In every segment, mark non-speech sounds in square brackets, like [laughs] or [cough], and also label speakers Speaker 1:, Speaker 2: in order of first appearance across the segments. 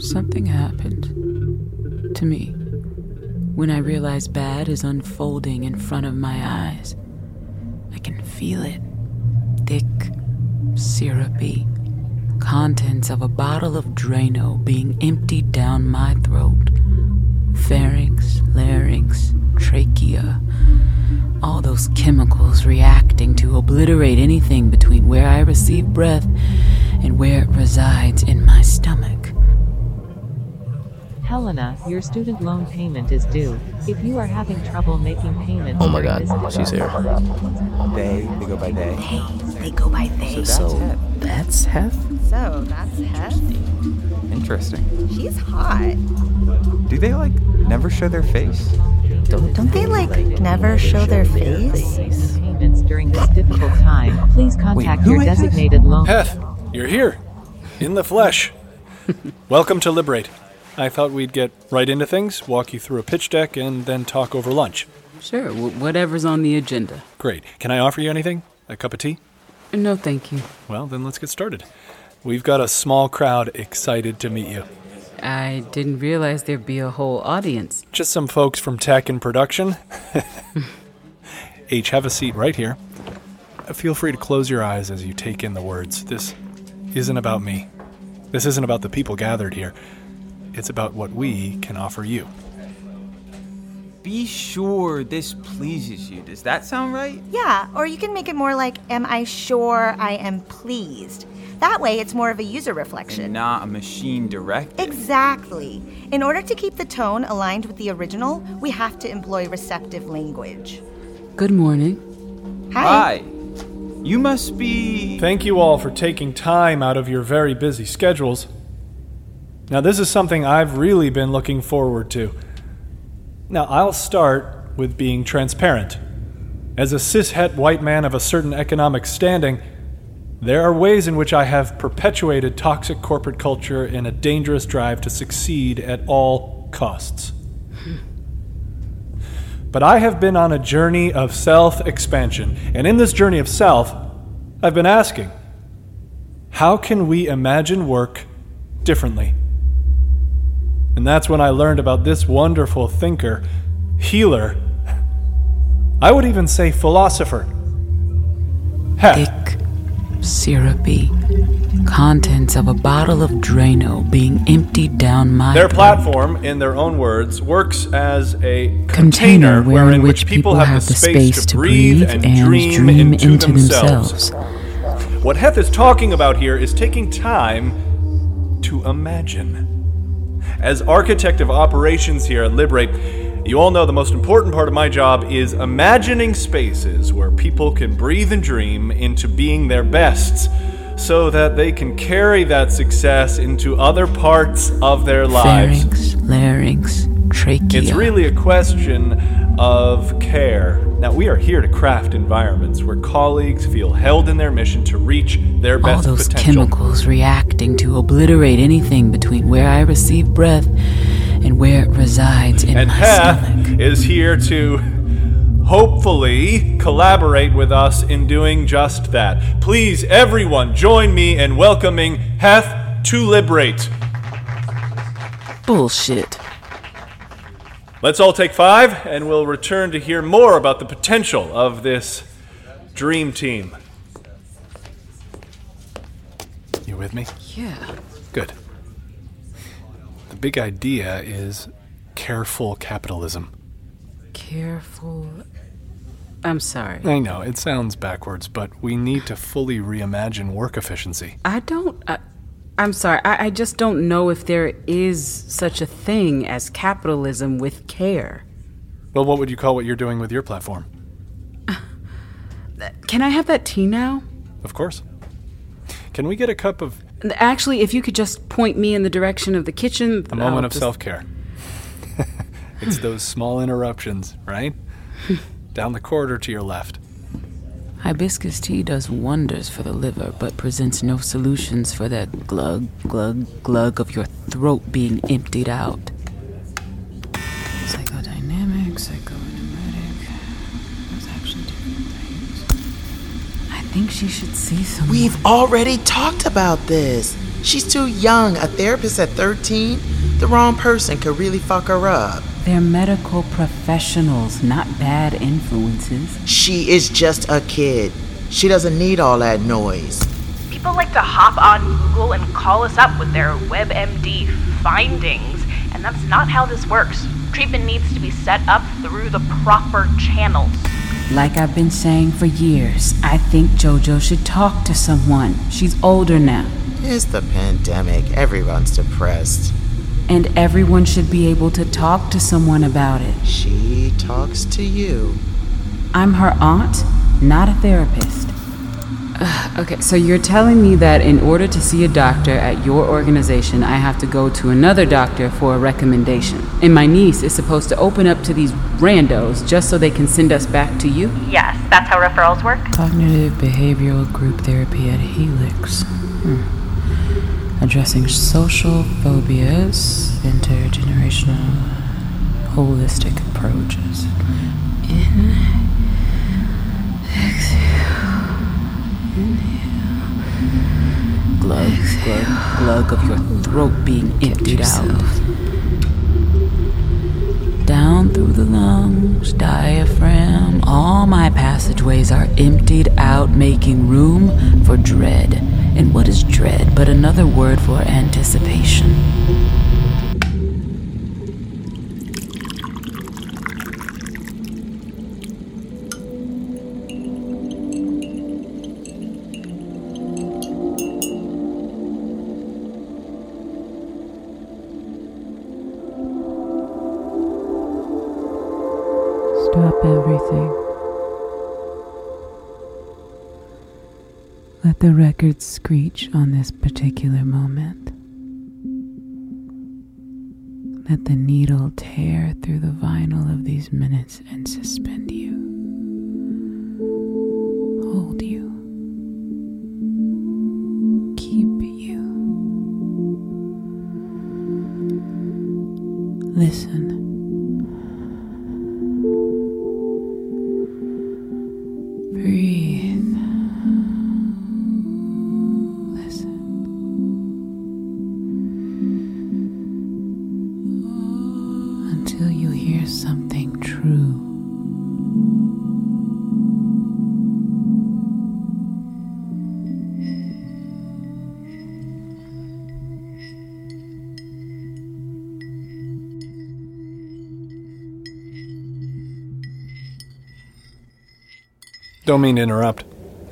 Speaker 1: something happened to me when I realize bad is unfolding in front of my eyes. I can feel it thick, syrupy, contents of a bottle of Drano being emptied down my throat. Pharynx, larynx, trachea, all those chemicals reacting to obliterate anything between where I receive breath and where it resides in my stomach.
Speaker 2: Helena, your student loan payment is due. If you are having trouble making payments,
Speaker 3: Oh my
Speaker 2: during
Speaker 3: god,
Speaker 2: this
Speaker 3: she's here.
Speaker 4: They, they go by they.
Speaker 1: They go by they.
Speaker 4: So that's it.
Speaker 3: That's Hef?
Speaker 5: So that's Hess.
Speaker 4: Interesting.
Speaker 5: She's hot.
Speaker 4: Do they like never show their face?
Speaker 5: Don't they like never show their face?
Speaker 2: making payments during this difficult time, please contact
Speaker 4: who
Speaker 2: your
Speaker 4: is this?
Speaker 2: designated loan.
Speaker 6: Heth, you're here, in the flesh. Welcome to Liberate. I thought we'd get right into things, walk you through a pitch deck, and then talk over lunch.
Speaker 1: Sure, wh- whatever's on the agenda.
Speaker 6: Great. Can I offer you anything? A cup of tea?
Speaker 1: No, thank you.
Speaker 6: Well, then let's get started. We've got a small crowd excited to meet you.
Speaker 1: I didn't realize there'd be a whole audience.
Speaker 6: Just some folks from tech and production. H, have a seat right here. Uh, Feel free to close your eyes as you take in the words. This isn't about me. This isn't about the people gathered here. It's about what we can offer you.
Speaker 4: Be sure this pleases you. Does that sound right?
Speaker 5: Yeah, or you can make it more like, Am I sure I am pleased? That way it's more of a user reflection.
Speaker 4: And not a machine direct.
Speaker 5: Exactly. In order to keep the tone aligned with the original, we have to employ receptive language.
Speaker 1: Good morning.
Speaker 5: Hi.
Speaker 4: Hi. You must be.
Speaker 6: Thank you all for taking time out of your very busy schedules. Now, this is something I've really been looking forward to. Now, I'll start with being transparent. As a cishet white man of a certain economic standing, there are ways in which I have perpetuated toxic corporate culture in a dangerous drive to succeed at all costs. But I have been on a journey of self expansion, and in this journey of self, I've been asking how can we imagine work differently? And that's when I learned about this wonderful thinker, healer, I would even say philosopher. Heck.
Speaker 1: Thick, syrupy, contents of a bottle of Drano being emptied down my
Speaker 6: Their
Speaker 1: throat.
Speaker 6: platform, in their own words, works as a container,
Speaker 1: Container
Speaker 6: wherein which people have, the space, to breathe and, dream, into, themselves. What Heth is talking about here is taking time to imagine. As architect of operations here at Liberate, you all know the most important part of my job is imagining spaces where people can breathe and dream into being their bests so that they can carry that success into other parts of their lives.
Speaker 1: Pharynx, larynx, trachea.
Speaker 6: It's really a question of care. Now, we are here to craft environments where colleagues feel held in their mission to reach their
Speaker 1: all
Speaker 6: best
Speaker 1: those
Speaker 6: potential.
Speaker 1: chemicals reacting to obliterate anything between where I receive breath and where it resides in
Speaker 6: and
Speaker 1: my stomach.
Speaker 6: Heth is here to hopefully collaborate with us in doing just that. Please, everyone, join me in welcoming Heth to Liberate.
Speaker 1: Bullshit.
Speaker 6: Let's all take five, and we'll return to hear more about the potential of this dream team. You with me?
Speaker 1: Yeah.
Speaker 6: Good. The big idea is careful capitalism.
Speaker 1: Careful. I'm sorry.
Speaker 6: I know, it sounds backwards, but we need to fully reimagine work efficiency.
Speaker 1: I don't. I, I'm sorry. I, I just don't know if there is such a thing as capitalism with care.
Speaker 6: Well, what would you call what you're doing with your platform?
Speaker 1: Can I have that tea now?
Speaker 6: Of course. Can we get a cup of
Speaker 1: Actually, if you could just point me in the direction of the kitchen.
Speaker 6: a moment
Speaker 1: I'll
Speaker 6: of
Speaker 1: just-
Speaker 6: self care? [laughs] it's those small interruptions,
Speaker 1: [laughs]
Speaker 6: right? Down the corridor to your left.
Speaker 1: Hibiscus tea does wonders for the liver, but presents no solutions for that glug, glug, glug of your throat being emptied out. Psychodynamic, psychoanalytic. Those actually different things. I think she should see someone.
Speaker 7: We've already talked about this.
Speaker 3: She's too young. A therapist at 13? The wrong person could really fuck her up.
Speaker 1: They're medical professionals, not bad influences.
Speaker 3: She is just a kid. She doesn't need all that noise.
Speaker 7: People like to hop on Google and call us up with their WebMD findings, and that's not how this works. Treatment needs to be set up through the proper channels.
Speaker 1: Like I've been saying for years, I think JoJo should talk to someone. She's older now,
Speaker 3: It's the pandemic. Everyone's depressed.
Speaker 1: and everyone should be able to talk to someone about it.
Speaker 3: She talks to you.
Speaker 1: I'm her aunt, not a therapist. Ugh, okay, so you're telling me that in order to see a doctor at your organization, I have to go to another doctor for a recommendation. And my niece is supposed to open up to these randos just so they can send us back to you?
Speaker 7: Yes, that's how referrals work.
Speaker 1: Cognitive Behavioral Group Therapy at Helix. Hmm. Addressing social phobias, intergenerational, holistic approaches. In, exhale, inhale, glug, glug, glug of your throat being emptied out. Down through the lungs, diaphragm, all my passageways are emptied out, making room for dread. And what is dread but another word for anticipation? Stop everything. Let the record screech on this particular moment. Let the needle tear through the vinyl of these minutes and suspend you. Hold you. Keep you. Listen. Breathe. Listen. Until you hear something true.
Speaker 6: Don't mean to interrupt.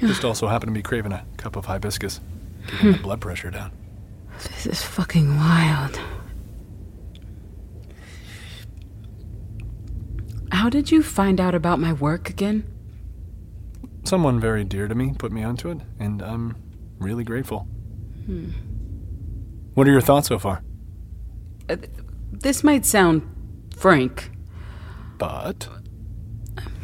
Speaker 6: Just also happen to be craving a cup of hibiscus. Keeping my
Speaker 1: Hmm.
Speaker 6: blood pressure down.
Speaker 1: This is fucking wild. How did you find out about my work again?
Speaker 6: Someone very dear to me put me onto it, and I'm really grateful.
Speaker 1: Hmm.
Speaker 6: What are your thoughts so far?
Speaker 1: This might sound frank.
Speaker 6: But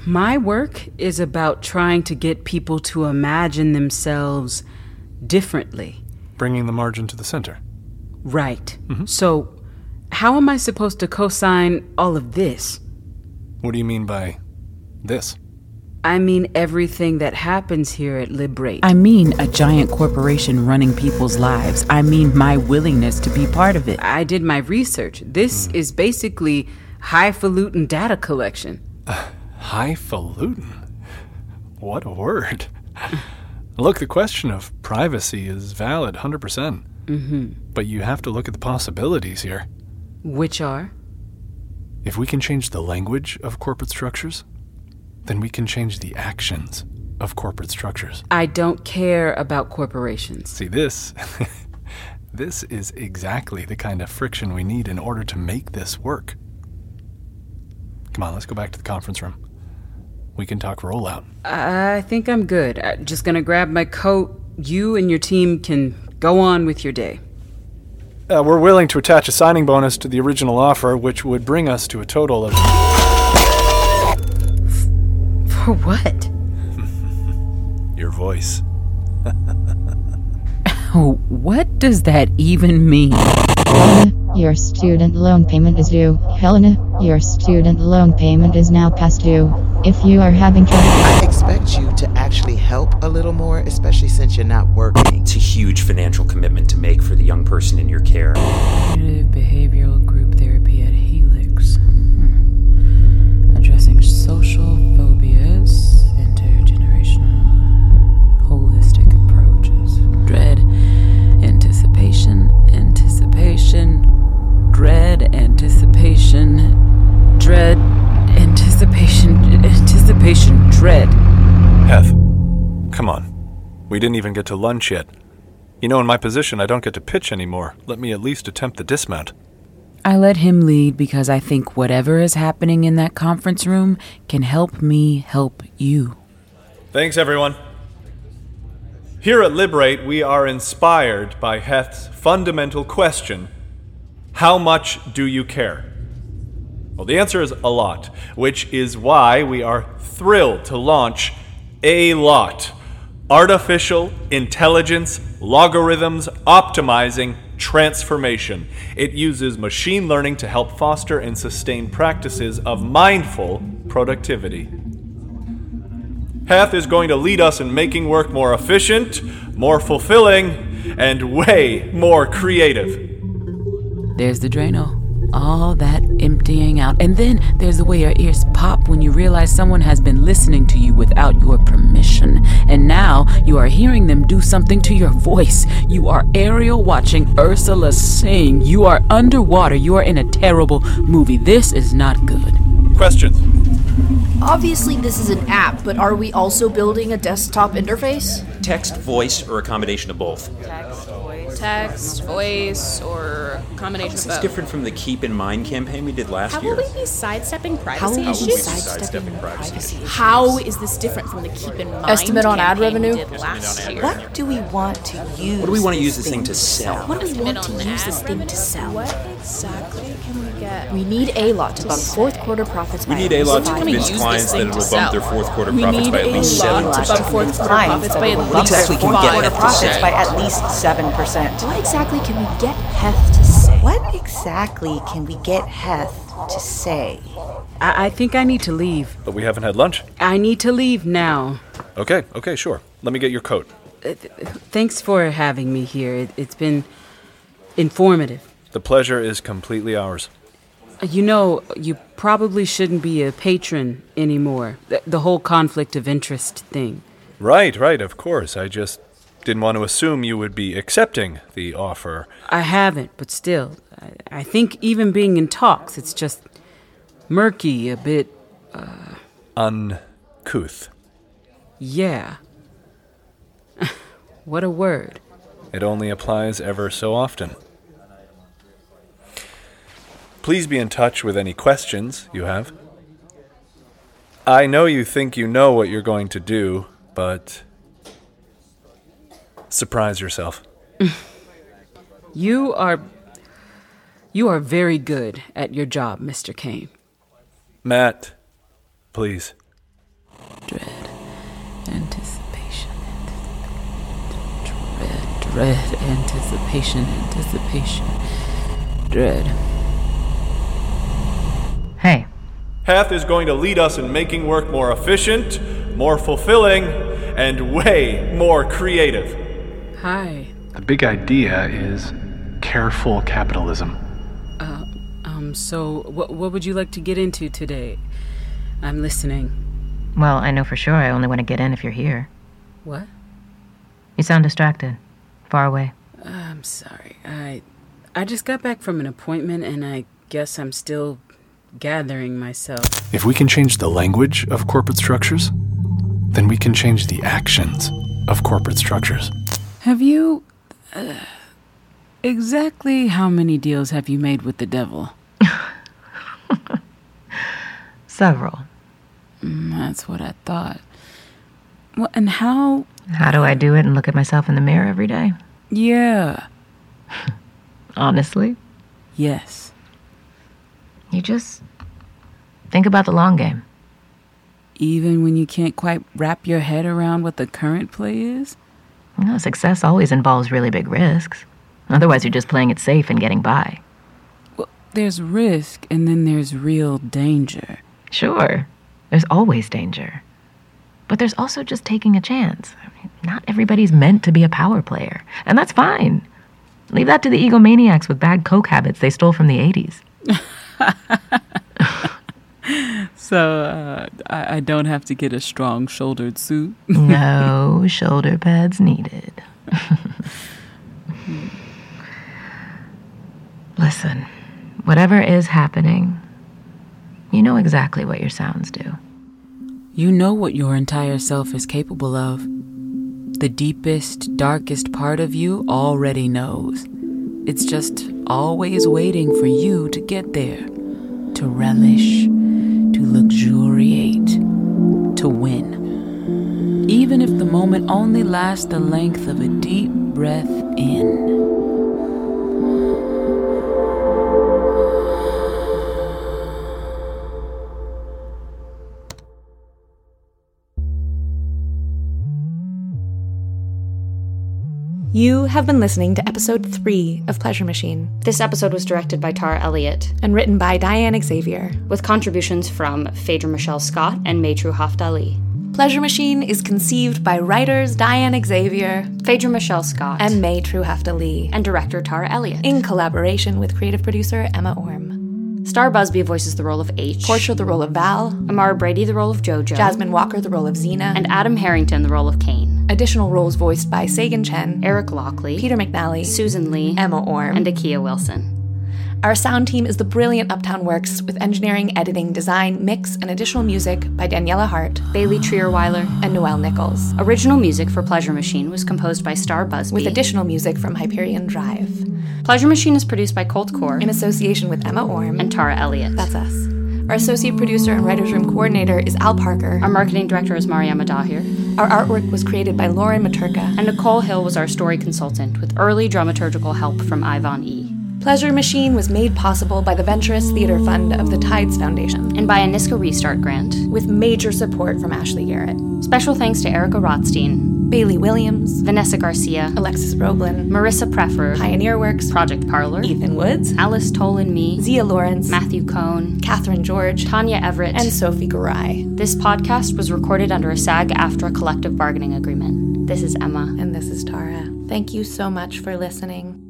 Speaker 1: My work is about trying to get people to imagine themselves differently.
Speaker 6: bringing the margin to the center.
Speaker 1: Right. So, how am I supposed to co sign all of this?
Speaker 6: What do you mean by this?
Speaker 1: I mean everything that happens here at Liberate. I mean a giant corporation running people's lives. I mean my willingness to be part of it. I did my research. This is basically highfalutin data collection.
Speaker 6: Highfalutin? What a word. look, the question of privacy is valid 100%. percent But you have to look at the possibilities here.
Speaker 1: Which are?
Speaker 6: If we can change the language of corporate structures, then we can change the actions of corporate structures.
Speaker 1: I don't care about corporations.
Speaker 6: See, this. [laughs] this is exactly the kind of friction we need in order to make this work. Come on, let's go back to the conference room. We can talk rollout.
Speaker 1: I think I'm good. I'm just gonna grab my coat. You and your team can go on with your day. [laughs]
Speaker 6: Uh, we're willing to attach a signing bonus to the original offer, which would bring us to a total of.
Speaker 1: For what?
Speaker 6: Your voice.
Speaker 1: Oh, what does that even mean?
Speaker 8: Your student loan payment is due. Helena, your student loan payment is now past due. If you are having trouble,
Speaker 3: I expect you to actually help a little more, especially since you're not working.
Speaker 9: It's a huge financial commitment to make for the young person in your care.
Speaker 1: Cognitive behavioral group therapy at Helix. Hmm. Addressing social phobias, intergenerational, holistic approaches. Dread, anticipation, anticipation, dread, anticipation, dread, anticipation, anticipation, dread.
Speaker 6: Heth, come on. We didn't even get to lunch yet. You know, in my position, I don't get to pitch anymore. Let me at least attempt the dismount.
Speaker 1: I let him lead because I think whatever is happening in that conference room can help me help you.
Speaker 6: Thanks, everyone. Here at Liberate, we are inspired by Heth's fundamental question How much do you care? Well, the answer is a lot, which is why we are thrilled to launch A Lot Artificial Intelligence Logarithms Optimizing Transformation. It uses machine learning to help foster and sustain practices of mindful productivity. Heth is going to lead us in making work more efficient, more fulfilling, and way more creative.
Speaker 1: There's the Drano. All that emptying out. And then there's the way your ears pop when you realize someone has been listening to you without your permission. And now you are hearing them do something to your voice. You are aerial watching Ursula sing. You are underwater. You are in a terrible movie. This is not good.
Speaker 6: Questions?
Speaker 10: Obviously, this is an app, but are we also building a desktop interface?
Speaker 9: Text, voice, or a combination of both.
Speaker 7: Text, voice.
Speaker 11: Text, voice, or combination
Speaker 9: This
Speaker 11: of
Speaker 9: is
Speaker 11: both.
Speaker 9: different from the Keep in Mind campaign we did last
Speaker 11: How
Speaker 9: year.
Speaker 11: will we be sidestepping privacy
Speaker 10: will we
Speaker 11: issues?
Speaker 10: be
Speaker 9: sidestepping privacy
Speaker 11: How is this different from the Keep in Mind
Speaker 10: Estimate on ad
Speaker 11: campaign we
Speaker 10: revenue?
Speaker 11: did last year?
Speaker 5: What do we want to use?
Speaker 9: What do we want to use this thing to sell?
Speaker 10: What do we want to
Speaker 11: on
Speaker 10: use
Speaker 11: ad
Speaker 10: this thing
Speaker 11: revenue?
Speaker 10: to sell?
Speaker 11: What exactly can we get?
Speaker 10: We need a lot to bump fourth quarter profits.
Speaker 9: We
Speaker 10: by
Speaker 9: need
Speaker 10: at
Speaker 9: a
Speaker 10: least
Speaker 9: lot to
Speaker 10: five
Speaker 11: gonna
Speaker 9: convince
Speaker 11: use
Speaker 10: percent.
Speaker 9: clients
Speaker 11: this
Speaker 9: that
Speaker 11: thing
Speaker 9: it
Speaker 11: to
Speaker 9: will bump their
Speaker 11: sell.
Speaker 9: fourth quarter
Speaker 11: We
Speaker 9: profits
Speaker 11: need
Speaker 9: by at
Speaker 11: a
Speaker 9: least
Speaker 11: lot
Speaker 9: 7
Speaker 11: to bump fourth quarter
Speaker 5: Fine.
Speaker 11: profits by at
Speaker 5: What
Speaker 11: least
Speaker 9: exactly can we get
Speaker 11: five
Speaker 9: at this
Speaker 5: Profits
Speaker 9: say?
Speaker 5: by at least 7%.
Speaker 10: What exactly can we get Heth to say?
Speaker 5: What exactly can we get Heth to say?
Speaker 1: I, I think I need to leave.
Speaker 6: But we haven't had lunch.
Speaker 1: I need to leave now. Uh,
Speaker 6: Okay, okay, sure. Let me get your coat.
Speaker 1: Thanks for having me here. It, it's been informative.
Speaker 6: The pleasure is completely ours.
Speaker 1: You know, you probably shouldn't be a patron anymore. The, the whole conflict of interest thing.
Speaker 6: Right, right, of course. I just didn't want to assume you would be accepting the offer.
Speaker 1: I haven't, but still, I, I think even being in talks, it's just murky a bit.
Speaker 6: Uncouth.
Speaker 1: Yeah. [laughs] what a word.
Speaker 6: It only applies ever so often. Please be in touch with any questions you have. I know you think you know what you're going to do, but surprise yourself.
Speaker 1: You are. You are very good at your job, Mr. Kane.
Speaker 6: Matt, please.
Speaker 1: Dread. Anticipation. Dread. Dread. Anticipation. Anticipation. Dread.
Speaker 2: Hey,
Speaker 6: Hath is going to lead us in making work more efficient, more fulfilling, and way more creative.
Speaker 1: Hi.
Speaker 12: The big idea is careful capitalism.
Speaker 1: Um, so what what would you like to get into today? I'm listening.
Speaker 8: well, I know for sure I only want to get in if you're here.
Speaker 1: What?
Speaker 8: You sound distracted, far away.
Speaker 1: I'm sorry. I I just got back from an appointment and I guess I'm still gathering myself.
Speaker 12: If we can change the language of corporate structures, then we can change the actions of corporate structures.
Speaker 1: Have you uh, exactly how many deals have you made with the devil?
Speaker 8: Several.
Speaker 1: That's what I thought. Well, and how?
Speaker 8: How do I do it and look at myself in the mirror every day?
Speaker 1: Yeah.
Speaker 8: Honestly,
Speaker 1: Yes.
Speaker 8: you just think about the long game.
Speaker 1: Even when you can't quite wrap your head around what the current play is?
Speaker 8: You know, success always involves really big risks. Otherwise, you're just playing it safe and getting by.
Speaker 1: Well, there's risk and then there's real danger.
Speaker 8: Sure. There's always danger. But there's also just taking a chance. I mean, not everybody's meant to be a power player, and that's fine. Leave that to the egomaniacs with bad coke habits they stole from the 80s.
Speaker 13: So uh, I, I don't have to get a strong shouldered suit.
Speaker 8: no shoulder pads needed. [laughs] Listen, whatever is happening, you know exactly what your sounds do.
Speaker 13: You know what your entire self is capable of. The deepest, darkest part of you already knows. It's just always waiting for you to get there, to relish, to luxuriate, to win. Even if the moment only lasts the length of a deep breath in.
Speaker 1: You have been listening to episode three of Pleasure Machine.
Speaker 7: This episode was directed by Tara Elliott
Speaker 1: and written by Diane Xavier.
Speaker 7: with contributions from Phaedra Michelle Scott and Maytru Haft Ali.
Speaker 1: Pleasure Machine is conceived by writers Diane Xavier,
Speaker 7: Phaedra Michelle Scott,
Speaker 1: and May Truhafta Lee,
Speaker 7: and director Tara Elliott.
Speaker 1: in collaboration with creative producer Emma Orm.
Speaker 7: Star Busby voices the role of H.
Speaker 1: Portia the role of Val,
Speaker 7: Amara Brady the role of JoJo.
Speaker 1: Jasmine Walker the role of Xena,
Speaker 7: And Adam Harrington the role of Kane.
Speaker 1: additional roles voiced by Sagan Chen,
Speaker 7: Eric Lockley.
Speaker 1: Peter McNally,
Speaker 7: Susan Lee.
Speaker 1: Emma Orm,
Speaker 7: And Akia Wilson.
Speaker 1: Our sound team is the brilliant Uptown Works with engineering, editing, design, mix, and additional music by Daniela Hart
Speaker 7: Bailey Trierweiler.
Speaker 1: and Noelle Nichols,
Speaker 7: Original music for Pleasure Machine was composed by Star Busby.
Speaker 1: with additional music from Hyperion Drive,
Speaker 7: Pleasure Machine is produced by Colt Core
Speaker 1: in association with Emma Orm.
Speaker 7: and Tara Elliott.
Speaker 1: That's us. Our associate producer and writer's room coordinator is Al Parker.
Speaker 7: Our marketing director is Mariama Dahir.
Speaker 1: Our artwork was created by Lauren Maturka.
Speaker 7: And Nicole Hill was our story consultant with early dramaturgical help from Ivan E.
Speaker 1: Pleasure Machine was made possible by the Venturous Theater Fund of the Tides Foundation,
Speaker 7: And by a NISCA Restart grant.
Speaker 1: with major support from Ashley Garrett,
Speaker 7: Special thanks to Erica Rothstein,
Speaker 1: Bailey Williams,
Speaker 7: Vanessa Garcia,
Speaker 1: Alexis Roblin,
Speaker 7: Marissa Preffer,
Speaker 1: Pioneer Works,
Speaker 7: Project Parlor,
Speaker 1: Ethan Woods,
Speaker 7: Alice Tolan Me,
Speaker 1: Zia Lawrence,
Speaker 7: Matthew Cohn,
Speaker 1: Catherine George,
Speaker 7: Tanya Everett,
Speaker 1: and Sophie Garai.
Speaker 7: this podcast was recorded under a SAG AFTRA collective bargaining agreement. This is Emma.
Speaker 1: And this is Tara. Thank you so much for listening.